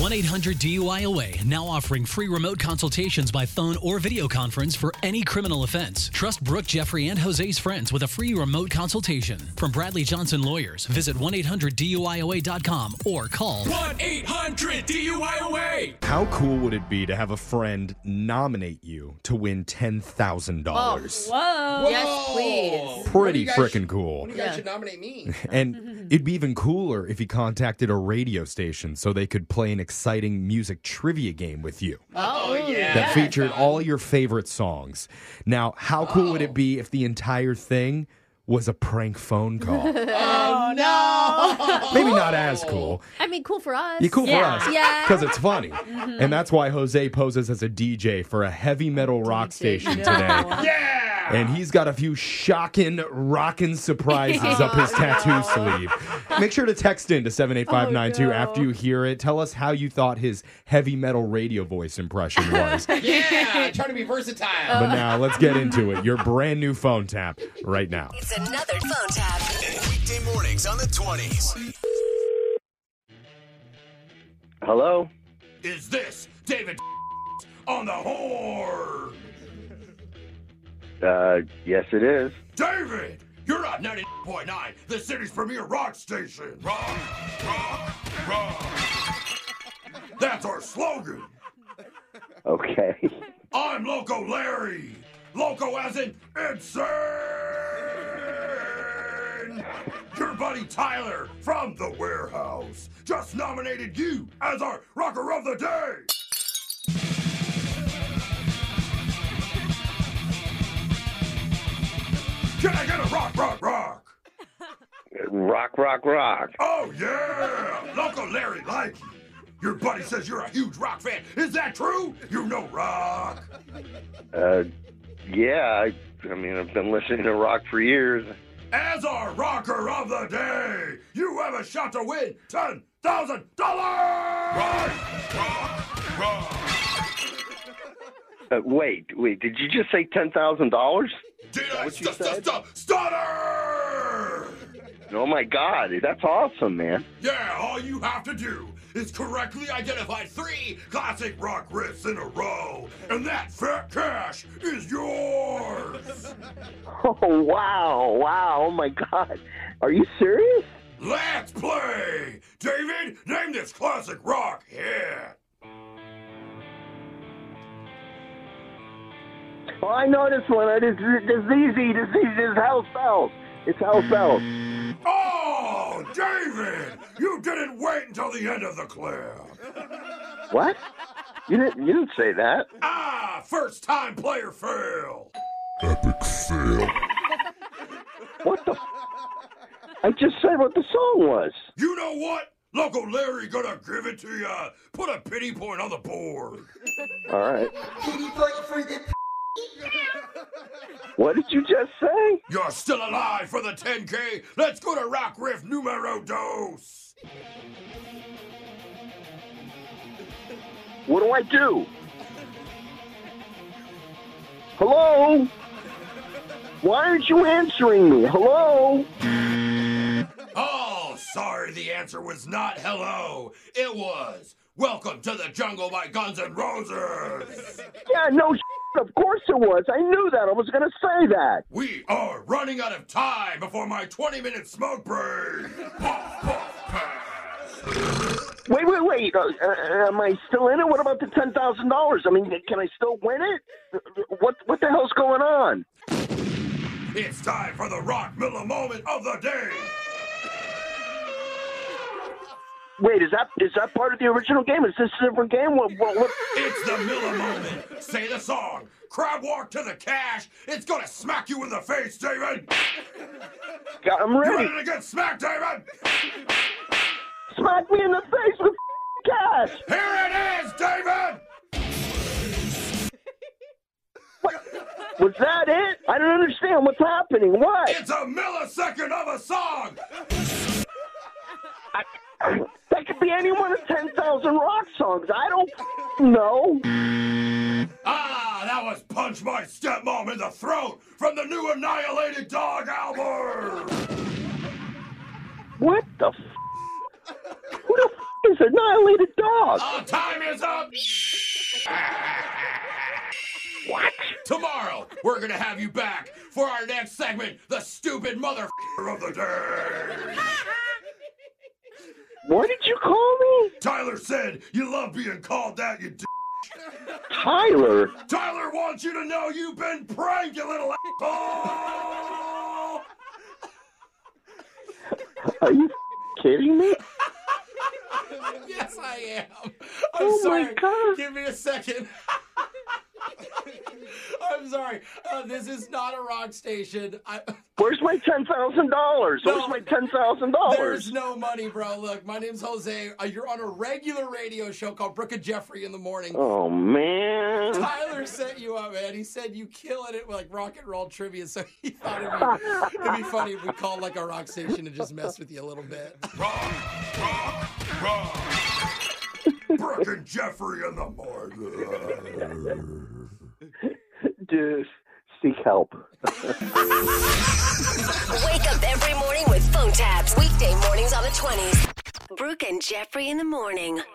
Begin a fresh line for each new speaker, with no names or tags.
1 800 DUIOA now offering free remote consultations by phone or video conference for any criminal offense. Trust Brooke, Jeffrey, and Jose's friends with a free remote consultation. From Bradley Johnson Lawyers, visit 1 800 DUIOA.com or call
1 800 DUIOA.
How cool would it be to have a friend nominate you to win ten thousand
Oh,
dollars?
Whoa. Yes, please.
Pretty freaking cool.
You guys
Yeah.
should nominate me.
And it'd be even cooler if he contacted a radio station so they could play an exciting music trivia game with you
Oh, yeah.
that featured all your favorite songs. Now, how cool would it be if the entire thing was a prank phone call?
Oh, no.
Maybe not as cool.
I mean, cool for us.
Yeah, cool
yeah.
for us.
Yeah. Mm-hmm.
Because it's funny. And that's why Jose poses as a DJ for a heavy metal rock station today.
yeah.
And he's got a few shocking, rocking surprises up his tattoo sleeve. Make sure to text in to 78592
Oh, no.
after you hear it. Tell us how you thought his heavy metal radio voice impression was.
Yeah. Trying to be versatile.
but now let's get into it. Your brand new phone tap right now.
It's another phone tap.
Weekday mornings on the 20s.
Hello?
Is this David on the horn?
Uh, yes, it is.
David, you're on 90.9, the city's premier rock station. Rock, rock, rock. That's our slogan.
Okay.
I'm Loco Larry. Loco as in insane. Your buddy Tyler from the warehouse just nominated you as our rocker of the day. Can I get a rock, rock, rock?
rock, rock, rock.
Oh yeah, Loco Larry like you. Your buddy says you're a huge rock fan. Is that true? You know rock.
Uh, yeah, I, I mean, I've been listening to rock for years.
As our rocker of the day, you have a shot to win ten thousand dollars. Rock, rock, rock.
Uh, wait, wait, did you just say $10,000?
Did I
you
st-
said?
st- st- stutter?
Oh my God, that's awesome, man.
Yeah, all you have to do is correctly identify three classic rock riffs in a row, and that fat cash is yours.
Oh, wow, wow, oh my God. Are you serious?
Let's play. David, name this classic rock hit.
Oh, I know this one. It is, it's easy, it's easy, it's house bells. It's house bells.
Oh, David, you didn't wait until the end of the clip.
What? You didn't, you didn't say that.
Ah, first time player fail.
What the? I just said what the song was.
You know what? Loco Larry gonna give it to ya. Put a pity point on the board.
All right. What did you just say?
You're still alive for the 10K. Let's go to Rock Riff Numero Dos.
What do I do? Hello? Why aren't you answering me? Hello?
Oh, sorry, the answer was not hello. It was Welcome to the Jungle by Guns N' Roses.
Yeah, no, shit, of course it was. I knew that. I was going to say that.
We are running out of time before my 20 minute smoke break. Puff, puff, pass.
Wait, wait, wait. Uh, uh, am I still in it? What about the $10,000? I mean, can I still win it? What, what the hell's going on?
It's time for the rock middle moment of the day.
Wait, is that is that part of the original game? Is this a different game? What, what, what?
It's the Miller moment. Say the song. Crab walk to the cash. It's gonna smack you in the face, David.
God, I'm
You
ready.
ready to get smacked, David?
Smack me in the face with cash.
Here it is, David.
Was that it? I don't understand what's happening. What?
It's a millisecond of a song.
That could be any one of ten thousand rock songs. I don't know.
Ah, that was Punch My Stepmom in the Throat from the new Annihilated Dog album.
What the? F- Who the is annihilated dog.
Oh, time is up.
What?
Tomorrow, we're gonna have you back for our next segment, the stupid mother of the day.
What did you call me?
Tyler said you love being called that. You. D-
Tyler.
Tyler wants you to know you've been pranked, you little asshole.
Are you kidding me?
Yes, I am. I'm
Oh,
sorry.
my God.
Give me a second. I'm sorry. Uh, this is not a rock station. I,
Where's my ten thousand dollars? Where's my ten thousand
there's
dollars?
no money, bro. Look, my name's Jose. Uh, you're on a regular radio show called Brooke and Jeffrey in the morning.
Oh man.
Tyler set you up, man. He said you killing it with like rock and roll trivia, so he thought it'd be, it'd be funny if we called like a rock station and just mess with you a little bit.
Wrong, wrong, wrong.
Brooke and Jeffrey in the morning.
Dude, seek help.
Wake up every morning with phone taps. Weekday mornings on the 20s. Brooke and Jeffrey in the morning.